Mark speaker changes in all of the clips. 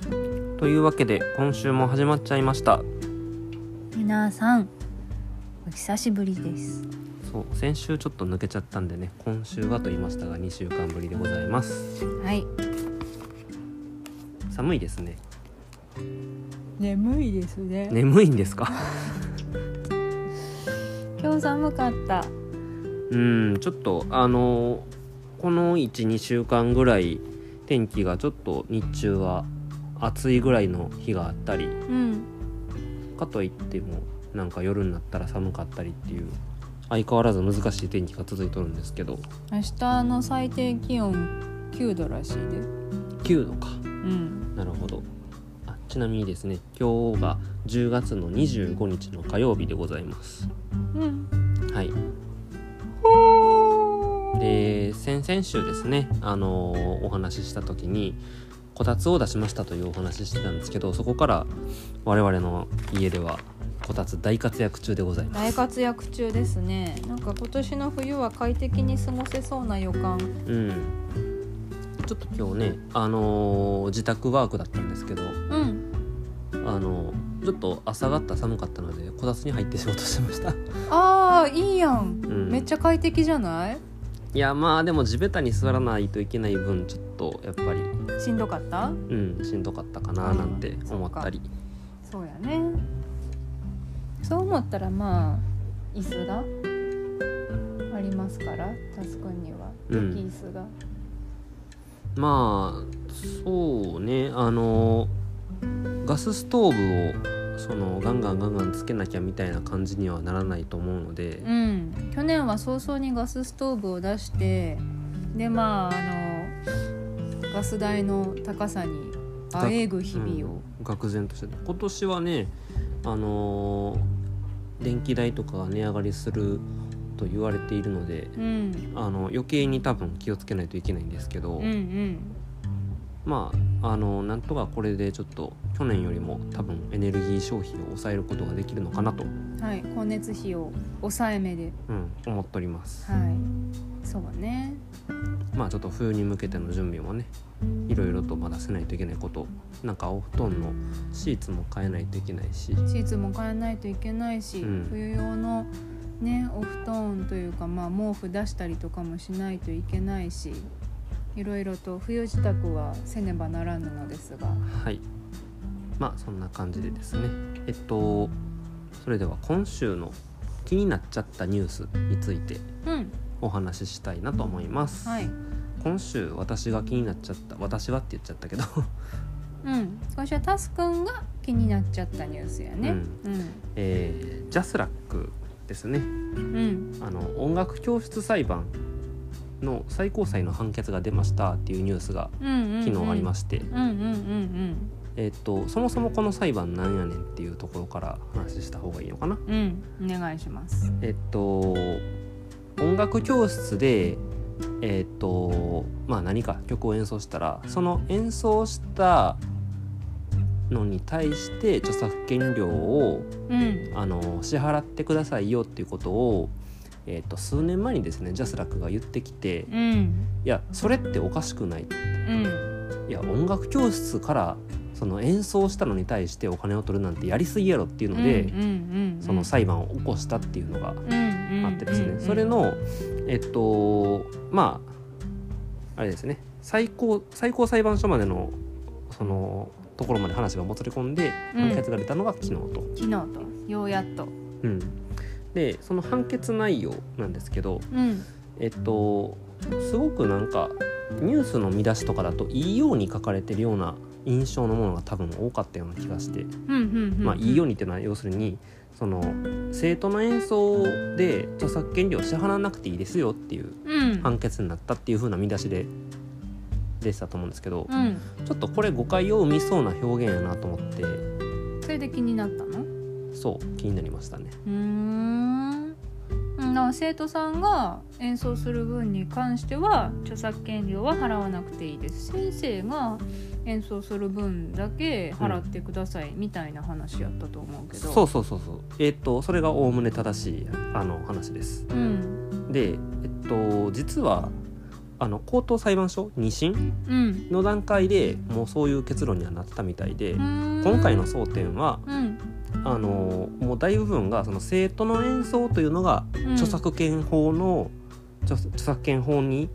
Speaker 1: というわけで今週も始まっちゃいました
Speaker 2: 皆さんお久しぶりです
Speaker 1: そう先週ちょっと抜けちゃったんでね今週はと言いましたが2週間ぶりでございます
Speaker 2: はい
Speaker 1: 寒いですね
Speaker 2: 眠いですね
Speaker 1: 眠いんですか
Speaker 2: 今日寒かった
Speaker 1: うんちょっとあのこの12週間ぐらい天気がちょっと日中は暑いぐらいの日があったり
Speaker 2: うん
Speaker 1: かといってもなんか夜になったら寒かったりっていう相変わらず難しい天気が続いとるんですけど
Speaker 2: 明日の最低気温9度らしいで
Speaker 1: 9度か
Speaker 2: うん
Speaker 1: なるほどあちなみにですね今日が10月の25日の火曜日でございます
Speaker 2: うん
Speaker 1: はいで先々週ですねあのーお話しした時にこたつを出しましたというお話ししてたんですけどそこから我々の家ではこたつ大活躍中でございます
Speaker 2: 大活躍中ですねなんか今年の冬は快適に過ごせそうな予感
Speaker 1: うんちょっと今日ねあのー自宅ワークだったんですけど
Speaker 2: うん
Speaker 1: あのーちょっと朝方寒かったのでこたつに入って仕事してました
Speaker 2: あーいいやん、
Speaker 1: うん
Speaker 2: めっちゃ快適じゃない
Speaker 1: いやまあでも地べたに座らないといけない分ちょっとやっぱり
Speaker 2: しんどかった
Speaker 1: うんしんどかったかななんて思ったり、
Speaker 2: そうやねそう思ったらまあ椅子がありますからタスクには
Speaker 1: う
Speaker 2: 置
Speaker 1: ん
Speaker 2: き椅子が、
Speaker 1: まあそうねあのガスストーブをそのガンガンガンガンつけなきゃみたいな感じにはならないと思うので
Speaker 2: うん去年は早々にガスストーブを出してでまああのガス代の高さにあえぐ日々を、
Speaker 1: うん愕然としてた今年はねあの電気代とかが値上がりすると言われているので
Speaker 2: うん、うん
Speaker 1: あの余計に多分気をつけないといけないんですけど、
Speaker 2: うん
Speaker 1: まああのなんとかこれでちょっと去年よりも多分エネルギー消費を抑えることができるのかなと、う
Speaker 2: はい光熱費を抑えめで
Speaker 1: ん、思っております、
Speaker 2: はいそうね
Speaker 1: まあちょっと冬に向けての準備もねいろいろとまだせないといけないことなんかお布団のシーツも変えないといけないし
Speaker 2: シーツも変えないといけないし、
Speaker 1: うん
Speaker 2: 冬用のねお布団というか、まあ、毛布出したりとかもしないといけないしいろいろと冬支度はせねばならぬのですが
Speaker 1: はいまあそんな感じでですねえっとそれでは今週の気になっちゃったニュースについて
Speaker 2: うん
Speaker 1: お話ししたいなと思います、
Speaker 2: はい
Speaker 1: 今週私が気になっちゃった私はって言っちゃったけど
Speaker 2: うん今週はタスくんが気になっちゃったニュースやね
Speaker 1: えージャスラックですね
Speaker 2: うんうん
Speaker 1: あの音楽教室裁判の最高裁の判決が出ましたっていうニュースが
Speaker 2: うんうん
Speaker 1: 昨日ありま
Speaker 2: し
Speaker 1: して、
Speaker 2: たうんうんうん
Speaker 1: えっとそもそもこの裁判なんやねんっていうところから話した方がいいのかな。
Speaker 2: うんうんお願いします
Speaker 1: えっと音楽教室でえっとまあ何か曲を演奏したらその演奏したのに対して著作権料を
Speaker 2: うん
Speaker 1: あの支払ってくださいよっていうことを、えー、と数年前にですねジャスラックが言ってきて「
Speaker 2: うん
Speaker 1: いやそれっておかしくない」
Speaker 2: う
Speaker 1: 「
Speaker 2: ん
Speaker 1: いや音楽教室からその演奏したのに対してお金を取るなんてやりすぎやろ」っていうので、
Speaker 2: うんうんうん
Speaker 1: その裁判を起こしたっていうのがあ
Speaker 2: あ
Speaker 1: ってですね、それのえっとまああれですね最高最高裁判所までのそのところまで話がもつれ込んで
Speaker 2: うん
Speaker 1: 判決が出たのが昨日と。
Speaker 2: 昨日とようやっと
Speaker 1: うん、でその判決内容なんですけど
Speaker 2: うん
Speaker 1: えっとすごくなんかニュースの見出しとかだといいように書かれてるような印象のものが多分多かったような気がして、まあ、いいよう
Speaker 2: に
Speaker 1: にっていうのは要するにその生徒の演奏で著作権料を支払わなくていいですよっていう
Speaker 2: うん
Speaker 1: 判決になったっていう風な見出しででしたと思うんですけど
Speaker 2: うん
Speaker 1: ちょっとこれ誤解を生みそうな表現やなと思って
Speaker 2: それで気になったのう
Speaker 1: そう気になりましたね。
Speaker 2: ーんうんだから生徒さんが演奏する分に関しては著作権料は払わなくていいです先生が演奏する分だけ払ってくださいみたいな話やったと思うけど、
Speaker 1: そうそうそうそうえっとそれがおおむね正しいあの話です
Speaker 2: うん
Speaker 1: でえっと実はあの高等裁判所2審
Speaker 2: うん
Speaker 1: の段階でもうそういう結論にはなってたみたいで、今
Speaker 2: 今
Speaker 1: 回の争点は
Speaker 2: うん
Speaker 1: あのもう大部分がその生徒の演奏というのが
Speaker 2: うん
Speaker 1: 著作権法の、著著作権法に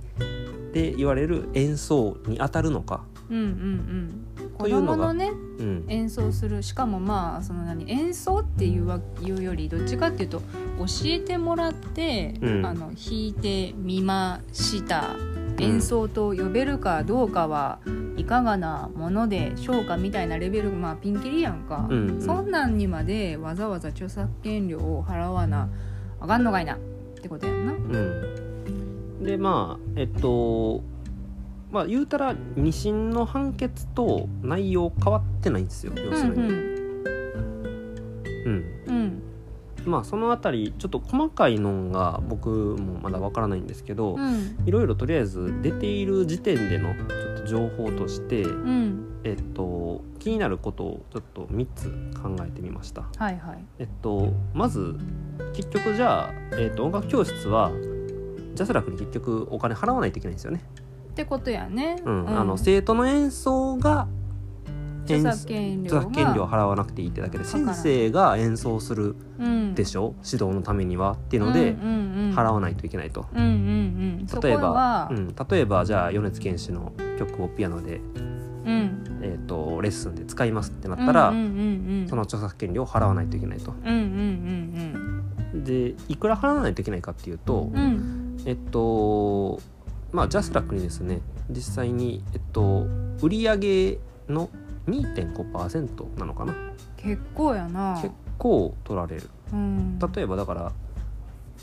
Speaker 1: で言われる演奏に当たるのか、
Speaker 2: うんうんうん
Speaker 1: と
Speaker 2: 子
Speaker 1: いうのが
Speaker 2: 供のね
Speaker 1: うん、
Speaker 2: 演奏するしかもまあその何演奏っていうわいうよりどっちかっていうと教えてもらって、
Speaker 1: うん
Speaker 2: あの弾いてみました演奏と呼べるかどうかはいかがなものでしょうかみたいなレベルまあピンキリやんか、
Speaker 1: うんうん
Speaker 2: そんなんにまでわざわざ著作権料を払わなあかんのかいなってことやんな。
Speaker 1: うん、でまあえっとまあ言うたら二審の判決と内容変わってないんですよ要するに。
Speaker 2: うん
Speaker 1: うん
Speaker 2: うん
Speaker 1: まあそのあたりちょっと細かいのが僕もまだわからないんですけど、
Speaker 2: うん
Speaker 1: いろいろとりあえず出ている時点でのちょっと情報として、
Speaker 2: うん
Speaker 1: えっと、気になることをちょっと3つ考えてみました。
Speaker 2: はいはい。
Speaker 1: えっと、まず結局じゃあ、えっと、音楽教室はジャスラックに結局お金払わないといけないんですよね。
Speaker 2: ってことやね。
Speaker 1: うんあの生徒の演奏が
Speaker 2: 著
Speaker 1: 演
Speaker 2: 作権料
Speaker 1: 著
Speaker 2: が
Speaker 1: 作権料払わなくていいってだけで
Speaker 2: かからな
Speaker 1: 先
Speaker 2: い
Speaker 1: 生が演奏する
Speaker 2: うん
Speaker 1: でしょ、指導のためにはっていうので、
Speaker 2: うんうんうん
Speaker 1: 払わないといけないと。
Speaker 2: うんうんうん、
Speaker 1: 例え
Speaker 2: そこ
Speaker 1: ば
Speaker 2: は、
Speaker 1: うん、例えばじゃあ米津玄師の曲をピアノで、
Speaker 2: うん、
Speaker 1: えー、とレッスンで使いますってなったら、
Speaker 2: うんうんうんうん、
Speaker 1: その著作権料を払わないといけないと。
Speaker 2: うんうん
Speaker 1: でいくら払わないといけないかっていうと、
Speaker 2: うんうんうん
Speaker 1: えっとまあジャスラックにですね実際に、えっと、売り上げの2.5%なのかな
Speaker 2: 結構やな
Speaker 1: 結構取られる。
Speaker 2: うん、
Speaker 1: 例えばだから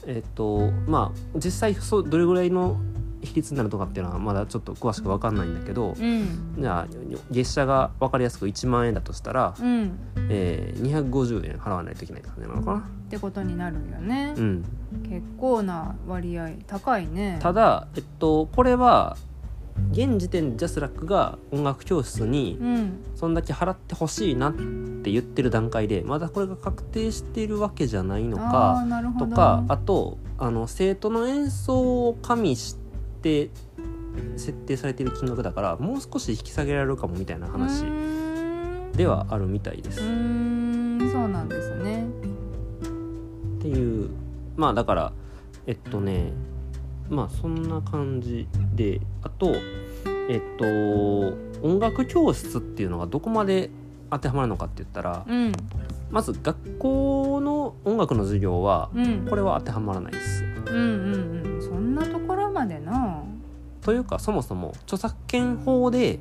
Speaker 1: えっとまあ実際そうどれぐらいの比率になるとかっていうのはまだちょっと詳しく分かんないんだけど、
Speaker 2: うん
Speaker 1: じゃあ月謝が分かりやすく1万円だとしたら、
Speaker 2: うん
Speaker 1: えー、250円払わないといけないって感じなのかな、
Speaker 2: ってことになるよね
Speaker 1: う、ん、
Speaker 2: 結構な割合高いね
Speaker 1: ただ、えっと、これは現時点でジャスラックが音楽教室に
Speaker 2: うん
Speaker 1: そんだけ払ってほしいなって言ってる段階でまだこれが確定しているわけじゃないの
Speaker 2: あ
Speaker 1: か
Speaker 2: ーなるほ
Speaker 1: と
Speaker 2: ど
Speaker 1: かあとあの生徒の演奏を加味して設定されている金額だからもう少し引き下げられるかもみたいな話
Speaker 2: うーん
Speaker 1: ではあるみたいです
Speaker 2: う。ーんそうなんですね
Speaker 1: っていうまあだからえっとねまあそんな感じであとえっと音楽教室っていうのがどこまで当てはまるのかって言ったら
Speaker 2: うん
Speaker 1: まず学校の音楽の授業は
Speaker 2: うん
Speaker 1: これは当てはまらないです。
Speaker 2: うんうんうんそんなところまでな
Speaker 1: というかそもそも著作権法で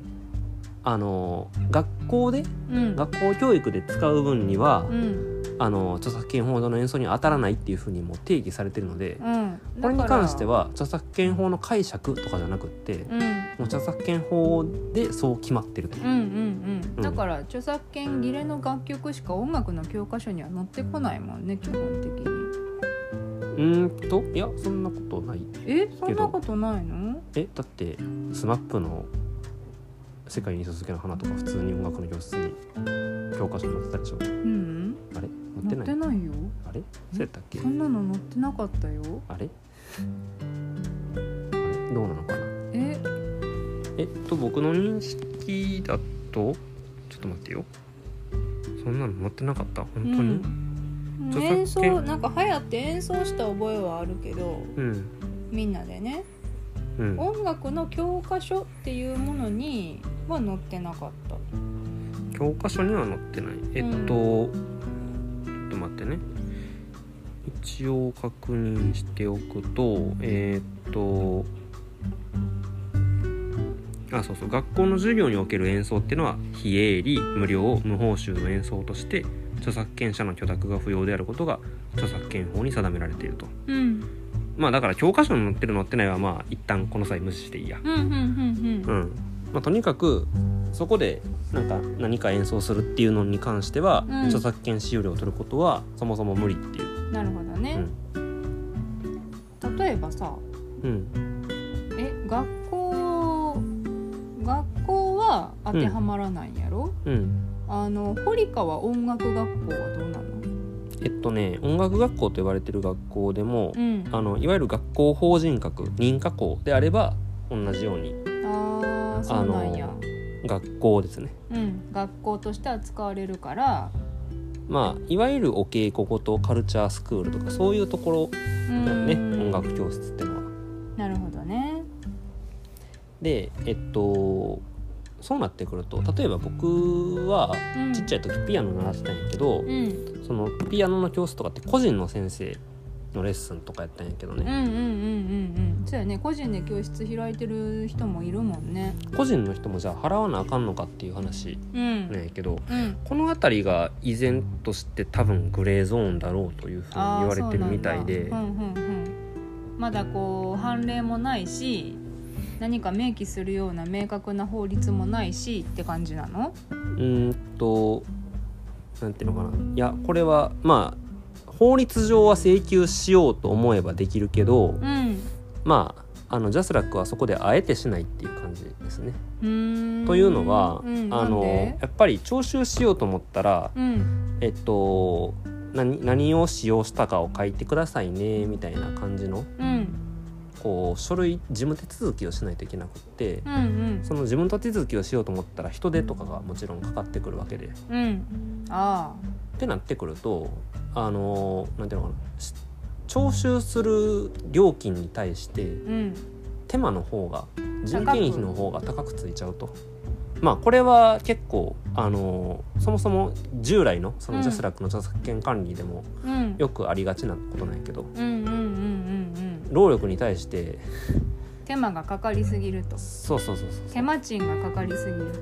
Speaker 1: あの学校で
Speaker 2: うん
Speaker 1: 学校教育で使う分には
Speaker 2: うん
Speaker 1: あの著作権法の演奏には当たらないっていうふうにもう定義されてるので
Speaker 2: うん
Speaker 1: これに
Speaker 2: だから
Speaker 1: 関しては著作権法の解釈とかじゃなくって、も
Speaker 2: うん
Speaker 1: う著作権法でそう決まってると、
Speaker 2: うんうん
Speaker 1: う
Speaker 2: うんん、だから著作権切れの楽曲しか音楽の教科書には載ってこないもんね基本的に
Speaker 1: うーんといやそんなことない
Speaker 2: えそんなことないの
Speaker 1: えだってスマップの「世界に続けの花」とか普通に音楽の教室に教科書に載ってたでしょ
Speaker 2: うん
Speaker 1: あれ載って
Speaker 2: 載
Speaker 1: な
Speaker 2: っ
Speaker 1: い
Speaker 2: てないよ
Speaker 1: あれそうやったっけ
Speaker 2: そんなの載ってなかったよ
Speaker 1: あれあれどうなのかな
Speaker 2: え
Speaker 1: えっと僕の認識だとちょっと待ってよそんなの載ってなかった本当に
Speaker 2: うん、
Speaker 1: 著
Speaker 2: 演
Speaker 1: 作権
Speaker 2: 奏なんか流行って演奏した覚えはあるけど
Speaker 1: うん
Speaker 2: みんなでね
Speaker 1: うん
Speaker 2: 音楽の教科書っていうものには載ってなかった
Speaker 1: 教科書には載ってないえっと、ちょっと待ってね一応確認しておくとえーっとあそうそう学校の授業における演奏っていうのは非営利無料無報酬の演奏として著作権者の許諾が不要であることが著作権法に定められていると
Speaker 2: うん
Speaker 1: まあだから教科書に載ってる載ってないはまあ一旦この際無視していいや
Speaker 2: うんうんうん
Speaker 1: うんまあ、とにかくそこでなんか何か演奏するっていうのに関しては、
Speaker 2: うん
Speaker 1: 著作権使用料を取ることはそもそも無理っていう
Speaker 2: う。んなるほどね、例えばさ
Speaker 1: うん
Speaker 2: え学校学校は当てはまらないんやろ、
Speaker 1: うん、
Speaker 2: あの堀川音楽学校はどうなの
Speaker 1: えっとね音楽学校と言われてる学校でも
Speaker 2: う、ん
Speaker 1: あのいわゆる学校法人格認可校であれば同じように
Speaker 2: ああそうなんや
Speaker 1: あの学校ですね
Speaker 2: うん学校として扱われるから
Speaker 1: まあいわゆるお稽古ごとカルチャースクールとかそういうとこ
Speaker 2: う
Speaker 1: ろだよね
Speaker 2: ん
Speaker 1: 音楽教室ってのは。
Speaker 2: なるほどね
Speaker 1: でえっとそうなってくると例えば僕はちっちゃ
Speaker 2: ゃ
Speaker 1: い
Speaker 2: い
Speaker 1: 時ピアノ習ってたんやけど、
Speaker 2: うん
Speaker 1: そのピアノの教室とかって個人の先生のレッスンとかやったんやけど
Speaker 2: うんうんうんう
Speaker 1: ね、
Speaker 2: んうんそうやね個人で教室開いてる人もいるもんね
Speaker 1: 個人の人もじゃあ払わなあかんのかっていう話
Speaker 2: うん、
Speaker 1: なんやけど
Speaker 2: うん
Speaker 1: この辺りが依然として多分グレーゾーンだろうというふうに言
Speaker 2: あー
Speaker 1: われてるみたいで
Speaker 2: そうなんだうんうんうんまだこう判例もないし何か明記するような明確な法律もないしって感じなの
Speaker 1: うーんとなんていうのかないやこれはまあ法律上は請求しようと思えばできるけど、
Speaker 2: うん
Speaker 1: まああのジャスラックはそこであえてしないっていう感じですね。
Speaker 2: うーん
Speaker 1: というのは、
Speaker 2: うん、
Speaker 1: あ
Speaker 2: なん
Speaker 1: の
Speaker 2: で
Speaker 1: やっぱり徴収しようと思ったら、
Speaker 2: うん
Speaker 1: えっと何何を使用したかを書いてくださいねみたいな感じの
Speaker 2: うん
Speaker 1: こう書類事務手続きをしないといけなくって
Speaker 2: うんうん
Speaker 1: その事務手続きをしようと思ったら人手とかがもちろんかかってくるわけで。っ
Speaker 2: うんあ
Speaker 1: てなってくるとあのなんていうのかなし徴収する料金に対して
Speaker 2: あうん
Speaker 1: 手間の方が人件費の方が高くついちゃうと。まあこれは結構あのそもそも従来のそのジャスラックの著作権管理でも
Speaker 2: うん
Speaker 1: よくありがちなことなんやけど
Speaker 2: うんうんうんうんうん
Speaker 1: 労力に対して
Speaker 2: 手間がかかりすぎると
Speaker 1: そうそうそうそう
Speaker 2: 手間賃がかかりすぎる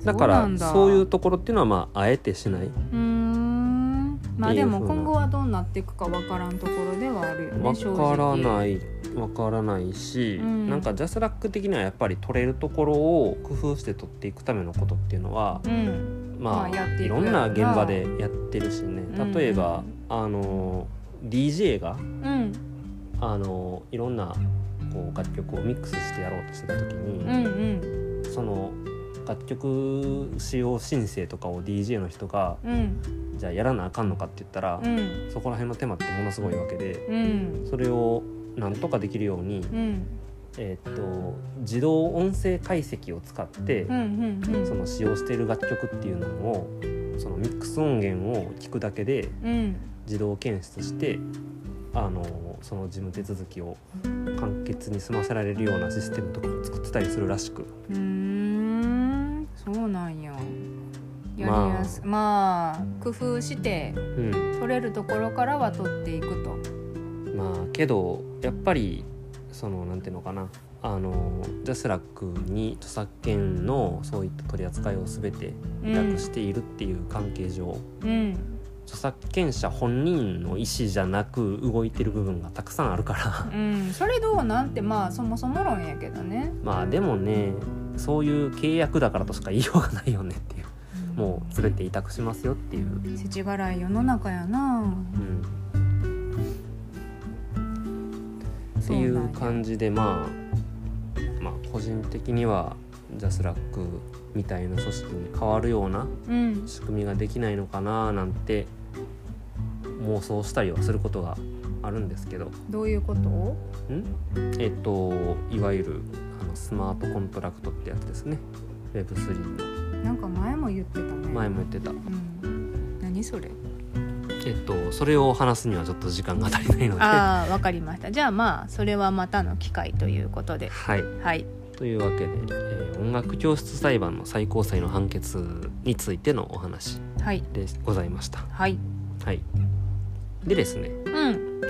Speaker 2: と
Speaker 1: だか
Speaker 2: そうな
Speaker 1: ら
Speaker 2: んだ
Speaker 1: そういうところっていうのはまああえてしないう
Speaker 2: ーんまあでも
Speaker 1: っていう風な
Speaker 2: 今後はどうなっていくかわからんところではあるよね
Speaker 1: わ
Speaker 2: 正直
Speaker 1: からないわからないし、
Speaker 2: うん
Speaker 1: なんかジャスラック的にはやっぱり取れるところを工夫して取っていくためのことっていうのは、
Speaker 2: うんま
Speaker 1: ま
Speaker 2: あ
Speaker 1: あ、
Speaker 2: やっていく
Speaker 1: いろんな現場でやってるしね
Speaker 2: うん
Speaker 1: 例えば、あの DJ が
Speaker 2: うん
Speaker 1: あのいろんなこう楽曲をミックスしてやろうとしてた時に、
Speaker 2: うんうん
Speaker 1: その楽曲使用申請とかを DJ の人が
Speaker 2: うん
Speaker 1: じゃあやらなあかんのかって言ったら、
Speaker 2: うん
Speaker 1: そこら辺の手間ってものすごいわけで
Speaker 2: うん
Speaker 1: それをなんとかできるように、
Speaker 2: うん
Speaker 1: えーっと自動音声解析を使って、
Speaker 2: うんうんうん
Speaker 1: その使用している楽曲っていうのをそのミックス音源を聞くだけで
Speaker 2: うん
Speaker 1: 自動検出してあのその事務手続きを簡潔に済ませられるようなシステムとかを作ってたりするらしく
Speaker 2: うーんそうなんややりやすまあ、工夫して
Speaker 1: うん
Speaker 2: 取れるところからは取っていくと
Speaker 1: まあけどやっぱりそのなんていうのかなあのジャスラックに著作権のそういった取り扱いを全て委託しているっていう関係上、
Speaker 2: うん
Speaker 1: 著作権者本人の意思じゃなく動いてる部分がたくさんあるから
Speaker 2: うんそれどうなんてまあそもそも論やけどね
Speaker 1: まあでもねそういう契約だからとしか言いようがないよねっていうもう全て委託しますよっていう、
Speaker 2: 世知辛い世の中や
Speaker 1: う
Speaker 2: な
Speaker 1: ん、っ
Speaker 2: そ
Speaker 1: ていう
Speaker 2: なん
Speaker 1: う
Speaker 2: や
Speaker 1: 感じでまあまあ個人的にはジャスラックみたいな組織に変わるような
Speaker 2: うん
Speaker 1: 仕組みができないのかななんて妄想したりはすることがあるんですけど
Speaker 2: どういうこと
Speaker 1: んえっといわゆるあのスマートコントラクトってやつですね Web3
Speaker 2: なんか前も言ってたね
Speaker 1: の前も言ってた
Speaker 2: うん、何それ
Speaker 1: えっとそれを話すにはちょっと時間が足りないのでは
Speaker 2: ああわかりましたじゃあまあそれはまたの機会ということで
Speaker 1: い
Speaker 2: はい
Speaker 1: というわけで、えー音楽教室裁判の最高裁の判決についてのお話
Speaker 2: はい
Speaker 1: でございました
Speaker 2: はい
Speaker 1: はいでですね
Speaker 2: うん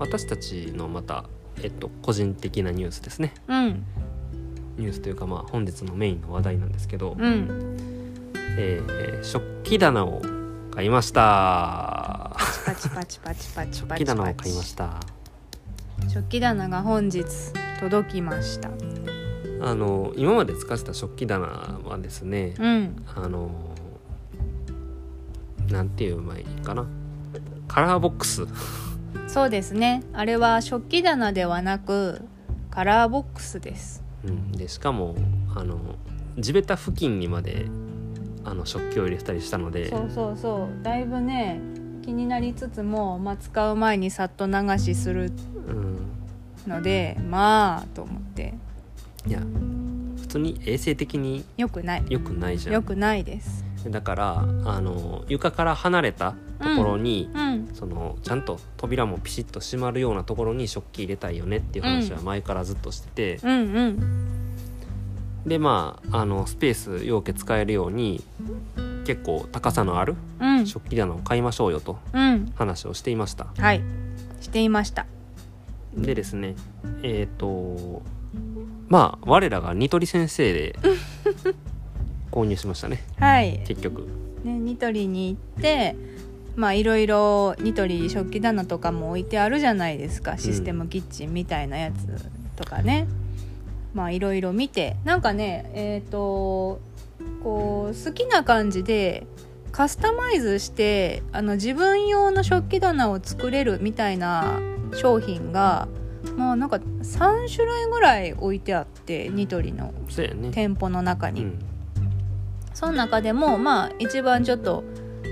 Speaker 1: 私たちのまたえっと個人的なニュースですね
Speaker 2: うん
Speaker 1: ニュースというかまあ本日のメインの話題なんですけど、
Speaker 2: うん
Speaker 1: えー食器棚を買いました
Speaker 2: パチパチパチパチ
Speaker 1: 食
Speaker 2: パチパチ
Speaker 1: 器棚を買いました
Speaker 2: 食器棚が本日届きました
Speaker 1: あの今まで使ってた食器棚はですね
Speaker 2: うん
Speaker 1: あのなんていう前かなカラーボックス
Speaker 2: そうですねあれは食器棚ではなくカラーボックスです
Speaker 1: うんでしかもあの地べた付近にまであの食器を入れてたりしたので
Speaker 2: そうそうそうだいぶね気になりつつも、まあ、使う前にさっと流しする
Speaker 1: うん
Speaker 2: ますのでまあと思って
Speaker 1: いや普通に衛生的に
Speaker 2: よくない
Speaker 1: 良くないじゃ
Speaker 2: よ
Speaker 1: ん
Speaker 2: くないです
Speaker 1: だからあの床から離れたところに、
Speaker 2: うん
Speaker 1: そのちゃんと扉もピシッと閉まるようなところに食器入れたいよねっていう話は前からずっとしてて、
Speaker 2: うんうん
Speaker 1: でまああのスペースようけ使えるように結構高さのある
Speaker 2: うん
Speaker 1: 食器棚を買いましょうよと
Speaker 2: うん
Speaker 1: 話をしていました
Speaker 2: はいしていました
Speaker 1: でですねえっ、とまあ我らがニトリ先生 で購入しましたね
Speaker 2: はい
Speaker 1: 結局
Speaker 2: ね、ニトリに行ってまあいろいろニトリ食器棚とかも置いてあるじゃないですかシステムキッチンみたいなやつとかね、まあいろいろ見てなんかねえっ、とこう好きな感じでカスタマイズしてあの自分用の食器棚を作れるみたいな商品がまあなんか3種類ぐらい置いてあってニトリの
Speaker 1: そうやね
Speaker 2: 店舗の中
Speaker 1: う
Speaker 2: に。
Speaker 1: ん
Speaker 2: その中でもまあ一番ちょっと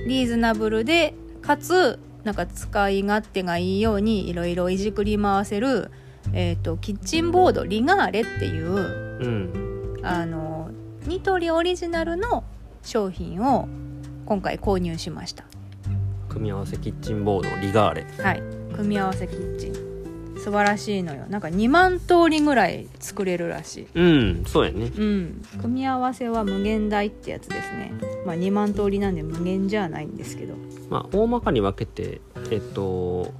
Speaker 2: リーズナブルでかつなんか使い勝手がいいようにいろいろいじくり回せる、えー、とキッチンボードリガーレっていう
Speaker 1: うん
Speaker 2: あのニトリオリジナルの商品を今回購入しました
Speaker 1: 組み合わせキッチンボードリガーレ
Speaker 2: はい組み合わせキッチン素晴らしいのよなんか2万通りぐらい作れるらしい
Speaker 1: うんそうやね
Speaker 2: うん、組み合わせは無限大ってやつですね、まあ、2万通りなんで無限じゃないんですけど
Speaker 1: まあ大まかに分けてえっ、と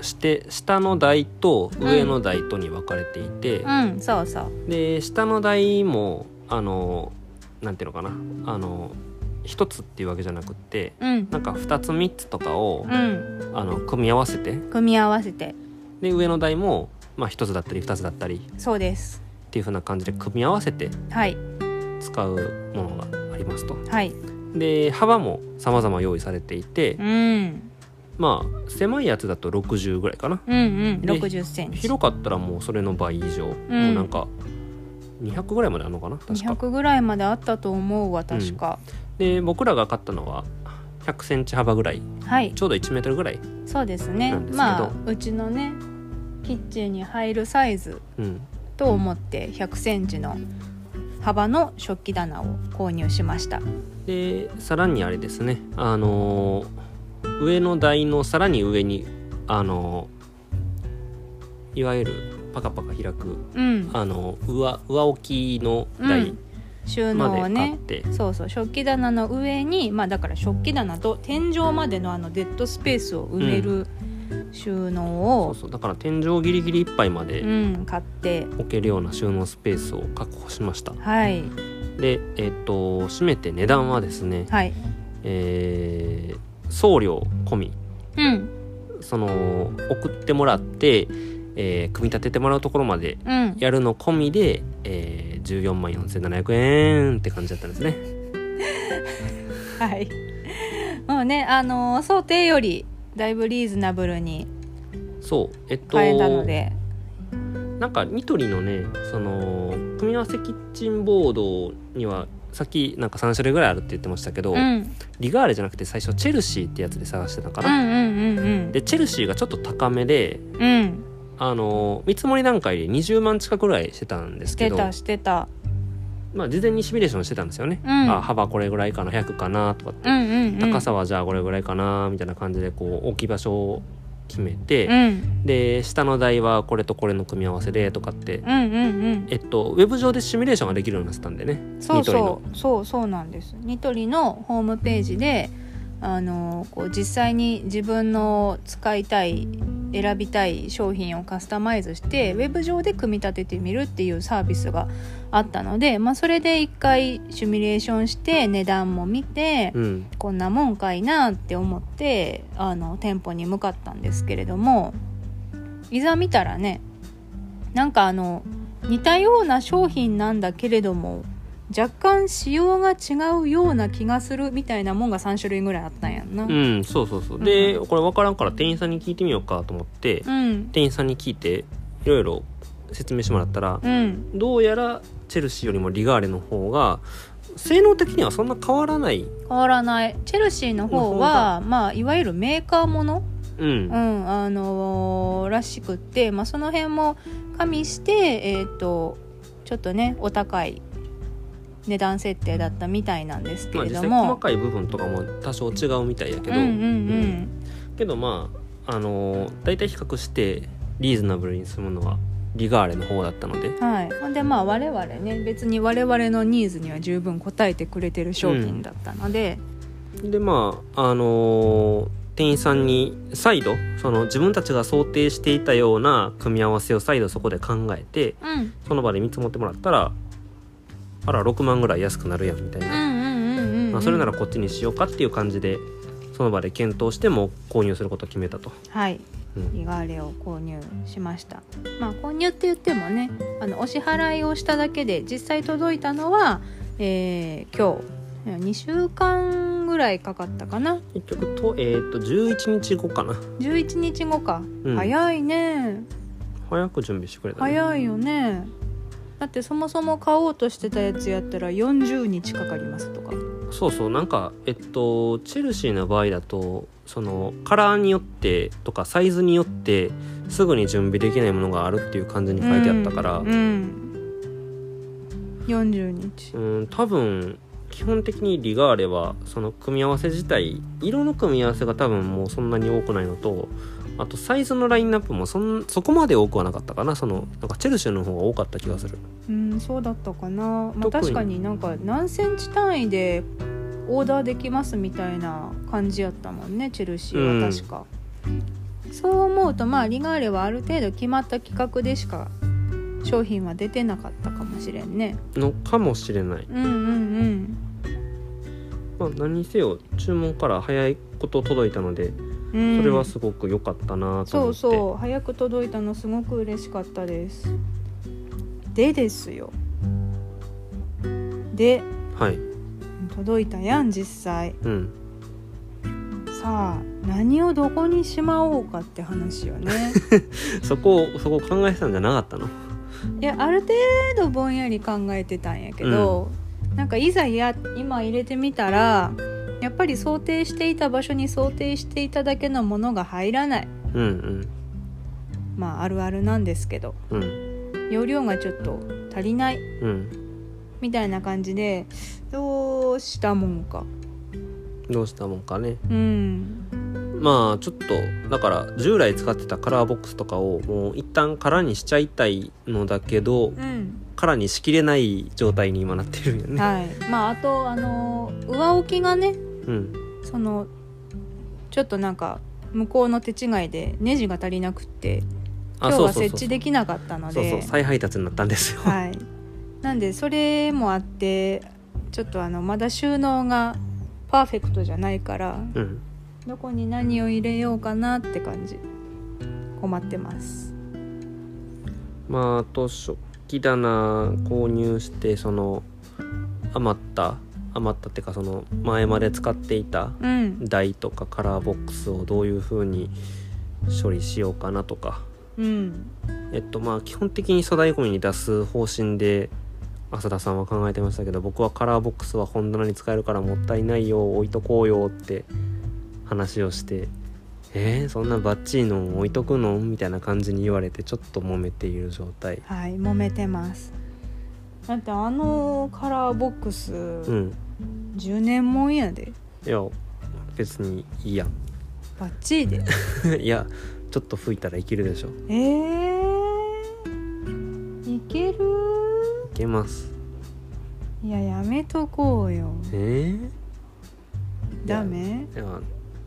Speaker 1: して下の台と上の台とに分かれていて、
Speaker 2: うんそうそう
Speaker 1: で下の台もあのなんていうのかなあの一つっていうわけじゃなくって
Speaker 2: うん
Speaker 1: なんか2つ3つとかを、
Speaker 2: うん
Speaker 1: あの組み合わせて
Speaker 2: 組み合わせて
Speaker 1: で上の台も、まあ、1つだったり2つだったりっ
Speaker 2: そうです
Speaker 1: ていう風な感じで組み合わせて
Speaker 2: はい
Speaker 1: 使うものがありますと。
Speaker 2: はい
Speaker 1: で幅も様々用意されていて
Speaker 2: う、ん
Speaker 1: まあ狭いやつだと60ぐらいかな
Speaker 2: うんうん
Speaker 1: で
Speaker 2: 6 0ンチ
Speaker 1: 広かったらもうそれの倍以上、
Speaker 2: ん
Speaker 1: もうなんか200ぐらいまであるのかな確か。
Speaker 2: 200ぐらいまであったと思うわ確か、
Speaker 1: で僕らが買ったのは100センチ幅ぐらい
Speaker 2: はい
Speaker 1: ちょうど1メートルぐらい、
Speaker 2: そうですね
Speaker 1: なんですけど
Speaker 2: まあうちのねキッチンに入るサイズ
Speaker 1: うん、
Speaker 2: と思って100センチの幅の食器棚を購入しました
Speaker 1: でさらにあれですねあのー上の台のさらに上にあのーいわゆるパカパカ開く
Speaker 2: うん
Speaker 1: あのー上上置きの台
Speaker 2: 収
Speaker 1: ま
Speaker 2: 納を
Speaker 1: であ
Speaker 2: ね
Speaker 1: って、
Speaker 2: そうそう食器棚の上にまあだから食器棚と天井までのあのデッドスペースを埋める収納
Speaker 1: そ
Speaker 2: を
Speaker 1: う、そうだから天井ギリギリいっぱいま
Speaker 2: うん
Speaker 1: で
Speaker 2: 買って
Speaker 1: 置けるような収納スペースを確保しました
Speaker 2: はい
Speaker 1: でえっと締めて値段はですね、
Speaker 2: はい
Speaker 1: えー送料込み
Speaker 2: うん
Speaker 1: その送ってもらって、えー組み立ててもらうところまで
Speaker 2: うん
Speaker 1: やるの込みで、えー、14万4700円って感じだったんですね
Speaker 2: はいもうねあのー想定よりだいぶリーズナブルに
Speaker 1: そうえっと
Speaker 2: 買えたので
Speaker 1: なんかニトリのねその組み合わせキッチンボードにはさっきなんか3種類ぐらいあるって言ってましたけど、
Speaker 2: うんうん
Speaker 1: リガーレじゃなくて最初チェルシーってやつで探してたか
Speaker 2: う
Speaker 1: ら、
Speaker 2: んうんうん
Speaker 1: でチェルシーがちょっと高めで
Speaker 2: うん
Speaker 1: あの見積もり段階で20万近くぐらいしてたんです
Speaker 2: し
Speaker 1: け
Speaker 2: て
Speaker 1: ど
Speaker 2: たしてた
Speaker 1: まあ、事前にシミュレーションしてたんですよね、
Speaker 2: うん
Speaker 1: あ幅これぐらいかな100かなとかって、
Speaker 2: うんうんうん
Speaker 1: 高さはじゃあこれぐらいかなみたいな感じでこう置き場所を決めて、
Speaker 2: うん
Speaker 1: で下の台はこれとこれの組み合わせでとかって、
Speaker 2: うんうん
Speaker 1: えっとウェブ上でシミュレーションができるようになってたんでね
Speaker 2: うんそう
Speaker 1: ニト
Speaker 2: そうそうそうなんですニトリのホームページであのこう実際に自分の使いたい選びたい商品をカスタマイズしてウェブ上で組み立ててみるっていうサービスがあったので、まあ、それで一回シミュレーションして値段も見て、
Speaker 1: リのうん
Speaker 2: こんなもんかいなって思ってあの店舗に向かったんですけれどもいざ見たらねなんかあの似たような商品なんだけれども若干仕様が違うような気がするみたいなもんが3種類ぐらいあったんやんな。
Speaker 1: う
Speaker 2: うん
Speaker 1: んそうそうそうでこれ分からんから店員さんに聞いてみようかと思って、
Speaker 2: うん
Speaker 1: 店員さんに聞いていろいろ説明してもらったら、
Speaker 2: うん
Speaker 1: どうやらチェルシーよりもリガーレの方が性能的にはそんな変わらない
Speaker 2: 変わらないチェルシーの方はまあいわゆるメーカーもの
Speaker 1: うん
Speaker 2: う。んあのーらしくって、まあ、その辺も加味して、えー、とちょっとねお高い値段設定だったみたいなんですけ
Speaker 1: まあ
Speaker 2: れ
Speaker 1: 実
Speaker 2: ど
Speaker 1: 際
Speaker 2: も、
Speaker 1: 細かい部分とかも多少違うみたいやけど、
Speaker 2: うんうん
Speaker 1: けどまああのー大体比較してリーズナブルに済むのはリガーレの方だったので
Speaker 2: うんはい、ほんでまあ我々ね別に我々のニーズには十分応えてくれてる商品だったので、
Speaker 1: でまああのー店員さんに再度その自分たちが想定していたような組み合わせを再度そこで考えて
Speaker 2: うん、うん
Speaker 1: その場で見積もってもらったらあら6万ぐらい安くなるやんみたい
Speaker 2: うん
Speaker 1: な、
Speaker 2: うんうんうん
Speaker 1: まあ、それならこっちにしようかっていう感じでその場で検討しても購入することを決めたと、
Speaker 2: はい
Speaker 1: うん
Speaker 2: イガーレを購入しましたまあ購入って言ってもねあのお支払いをしただけで実際届いたのは、えー今日2週間ぐらいかかったかな
Speaker 1: 結局と,、えー、と11日後かな、
Speaker 2: 11日後か、
Speaker 1: うん
Speaker 2: 早いね
Speaker 1: 早く準備してくれた、ね、
Speaker 2: 早いよねだってそもそも買おうとしてたやつやったら40日かかりますとか
Speaker 1: そうそうなんかえっとチェルシーの場合だとそのカラーによってとかサイズによってすぐに準備できないものがあるっていう感じに書いてあったから
Speaker 2: う、
Speaker 1: うんん
Speaker 2: うん40日
Speaker 1: 多分基本的にリガーレはその組み合わせ自体色の組み合わせが多分もうそんなに多くないのとあとサイズのラインナップもそんそこまで多くはなかったかなそのなんかチェルシーの方が多かった気がする
Speaker 2: うん、そうだったかな、ま
Speaker 1: 特
Speaker 2: あ、
Speaker 1: に
Speaker 2: 確かになんか何センチ単位でオーダーできますみたいな感じやったもんねチェルシー
Speaker 1: う
Speaker 2: は
Speaker 1: ん
Speaker 2: 確か、そう思うとまあリガーレはある程度決まった企画でしか商品は出てなかったかもしれんね
Speaker 1: のかもしれない、
Speaker 2: うんうん
Speaker 1: まあ、何にせよ注文から早いこと届いたので
Speaker 2: うんうん
Speaker 1: それはすごく良かったなと
Speaker 2: そ
Speaker 1: 思
Speaker 2: う
Speaker 1: って、
Speaker 2: そう早く届いたのすごく嬉しかったですでですよで
Speaker 1: はい
Speaker 2: 届いたやん実際
Speaker 1: うん、
Speaker 2: さあ何をどこにしまおうかって話よ ね
Speaker 1: そこをそこを考えてたんじゃなかったの
Speaker 2: いやある程度ぼんやり考えてたんやけど、なんかいざや今入れてみたらやっぱり想定していた場所に想定していただけのものが入らない
Speaker 1: うん
Speaker 2: まああるあるなんですけど
Speaker 1: うんうん
Speaker 2: 容量がちょっと足りない
Speaker 1: うん
Speaker 2: みたいな感じでどうしたもんか
Speaker 1: どうしたもんかね
Speaker 2: うん
Speaker 1: まあちょっとだから従来使ってたカラーボックスとかをもう一旦空にしちゃいたいのだけど
Speaker 2: うん
Speaker 1: 空にしきれない状態に今なってるよね、
Speaker 2: はいまああとあの上置きがね
Speaker 1: うん、
Speaker 2: そのちょっとなんか向こうの手違いでネジが足りなくって今日は設置できなかったの
Speaker 1: そうそう
Speaker 2: で
Speaker 1: 再配達になったんですよ、
Speaker 2: はいなんでそれもあってちょっとあのまだ収納がパーフェクトじゃないから
Speaker 1: うん、
Speaker 2: どこに何を入れようかなって感じ困ってます
Speaker 1: まああと食器棚購入してその余った余ったっていうかその前まで使っていた
Speaker 2: うん
Speaker 1: 台とかカラーボックスをどういうふうに処理しようかなとか、
Speaker 2: うん
Speaker 1: えっと、まあ基本的に粗大ゴミに出す方針で浅田さんは考えてましたけど僕はカラーボックスは本棚に使えるからもったいないよ置いとこうよって話をして「えー、そんなバッチリのん置いとくの?」みたいな感じに言われてちょっと揉めている状態。
Speaker 2: はい揉めてますだってあのカラーボックス
Speaker 1: うん、
Speaker 2: 10年もんやで
Speaker 1: いや別にいいや
Speaker 2: バッチリで
Speaker 1: いやちょっと吹いたらいけるでしょい
Speaker 2: えー、いける
Speaker 1: けます
Speaker 2: いややめとこうよ
Speaker 1: えー、
Speaker 2: ダメ
Speaker 1: いや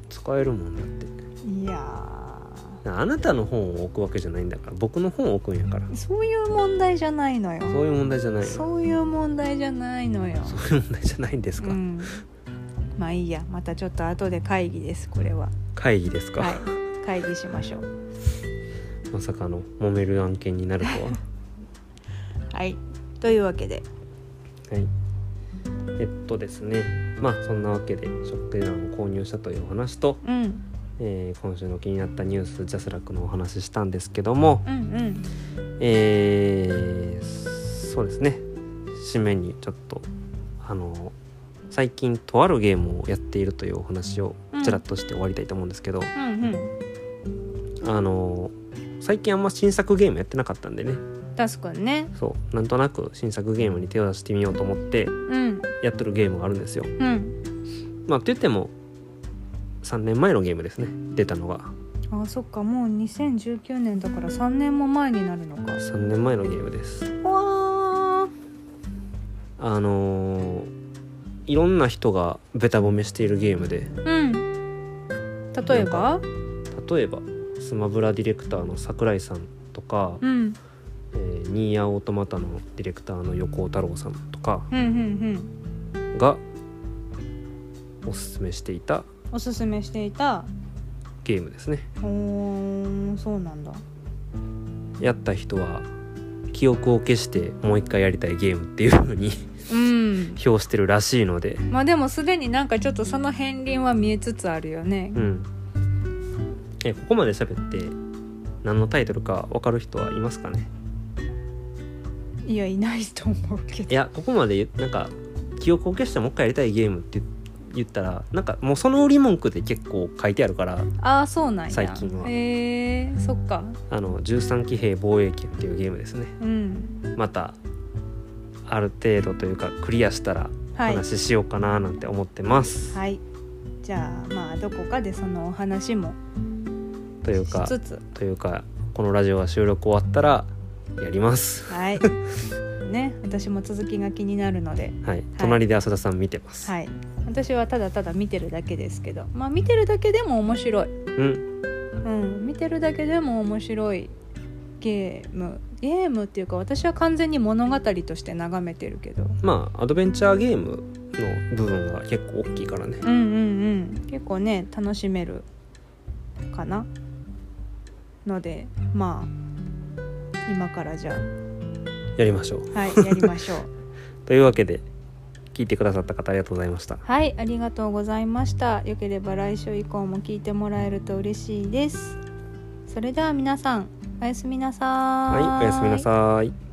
Speaker 1: 使えるもんだって
Speaker 2: いや
Speaker 1: あなたの本を置くわけじゃないんだから僕の本を置くんやから
Speaker 2: ーそういう問題じゃないのよ
Speaker 1: そういう問題じゃないのそう
Speaker 2: そういう問題じゃないのよ
Speaker 1: いう問題じゃないんですか、
Speaker 2: うんまあいいやまたちょっと後で会議ですこれは
Speaker 1: 会議ですか、
Speaker 2: はい会議しましょう
Speaker 1: まさかの揉める案件になるとは
Speaker 2: はいというわけで
Speaker 1: はいえっとですねまあそんなわけで食器棚を購入したというお話と、
Speaker 2: うん
Speaker 1: えー今週の気になったニュースジャスラックのお話ししたんですけども
Speaker 2: うんうん
Speaker 1: えーそうですね締めにちょっとあの最近とあるゲームをやっているというお話を
Speaker 2: うん
Speaker 1: ちらっとして終わりたいと思うんですけど、
Speaker 2: うんうん
Speaker 1: あの最近あんま新作ゲームやってなかったんでね
Speaker 2: 確かにね
Speaker 1: そうなんとなく新作ゲームに手を出してみようと思って
Speaker 2: うん
Speaker 1: やってるゲームがあるんですよ
Speaker 2: うん
Speaker 1: まあって言っても3年前のゲームですね出たのが
Speaker 2: あそっかもう2019年だから3年も前になるのか
Speaker 1: 3年前のゲームです
Speaker 2: わー
Speaker 1: あのーいろんな人がベタ褒めしているゲームで
Speaker 2: うん例えば
Speaker 1: 例えばスマブラディレクターの桜井さんとか、
Speaker 2: うん
Speaker 1: えーニーヤオートマタのディレクターの横尾太郎さんとか
Speaker 2: うんうんうん
Speaker 1: がおすすめしていた
Speaker 2: おすすめしていた
Speaker 1: ゲームですね
Speaker 2: おーそうなんだ
Speaker 1: やった人は記憶を消してもう一回やりたいゲームっていう風に
Speaker 2: うん
Speaker 1: 評してるらしいので
Speaker 2: まあでもすでになんかちょっとその片鱗は見えつつあるよね
Speaker 1: うんえここまで喋って何のタイトルか分かる人はいますかね
Speaker 2: いやいないと思うけ
Speaker 1: い
Speaker 2: ど
Speaker 1: やここまでなんか記憶を消してもう一回やりたいゲームって言ったらなんかもうその売り文句で結構書いてあるから
Speaker 2: ああそうなんや
Speaker 1: 最近は
Speaker 2: へえー、そっか
Speaker 1: あの13騎兵防衛権っていうゲームですね
Speaker 2: うん
Speaker 1: またある程度というかクリアしたら
Speaker 2: はい
Speaker 1: 話しようかななんて思ってます、
Speaker 2: はいじゃあまあどこかでそのお話も
Speaker 1: という
Speaker 2: し
Speaker 1: か
Speaker 2: つつ
Speaker 1: というかこのラジオが収録終わったらやります
Speaker 2: はいね私も続きが気になるので
Speaker 1: はい隣で浅田さん見てます、
Speaker 2: はい私はただただ見てるだけですけどまあ見てるだけでも面白い
Speaker 1: うん
Speaker 2: うん見てるだけでも面白いゲームゲームっていうか私は完全に物語として眺めてるけど
Speaker 1: まあアドベンチャーゲームの部分が結構大きいからね
Speaker 2: うんうんうん結構ね楽しめるかなのでまあ今からじゃ
Speaker 1: やりましょう
Speaker 2: あはいやりましょう
Speaker 1: というわけで聞いてくださった方ありがとうございました
Speaker 2: はいありがとうございましたよければ来週以降も聞いてもらえると嬉しいですそれでは皆さんおやすみなさー
Speaker 1: はいいおやすみなさい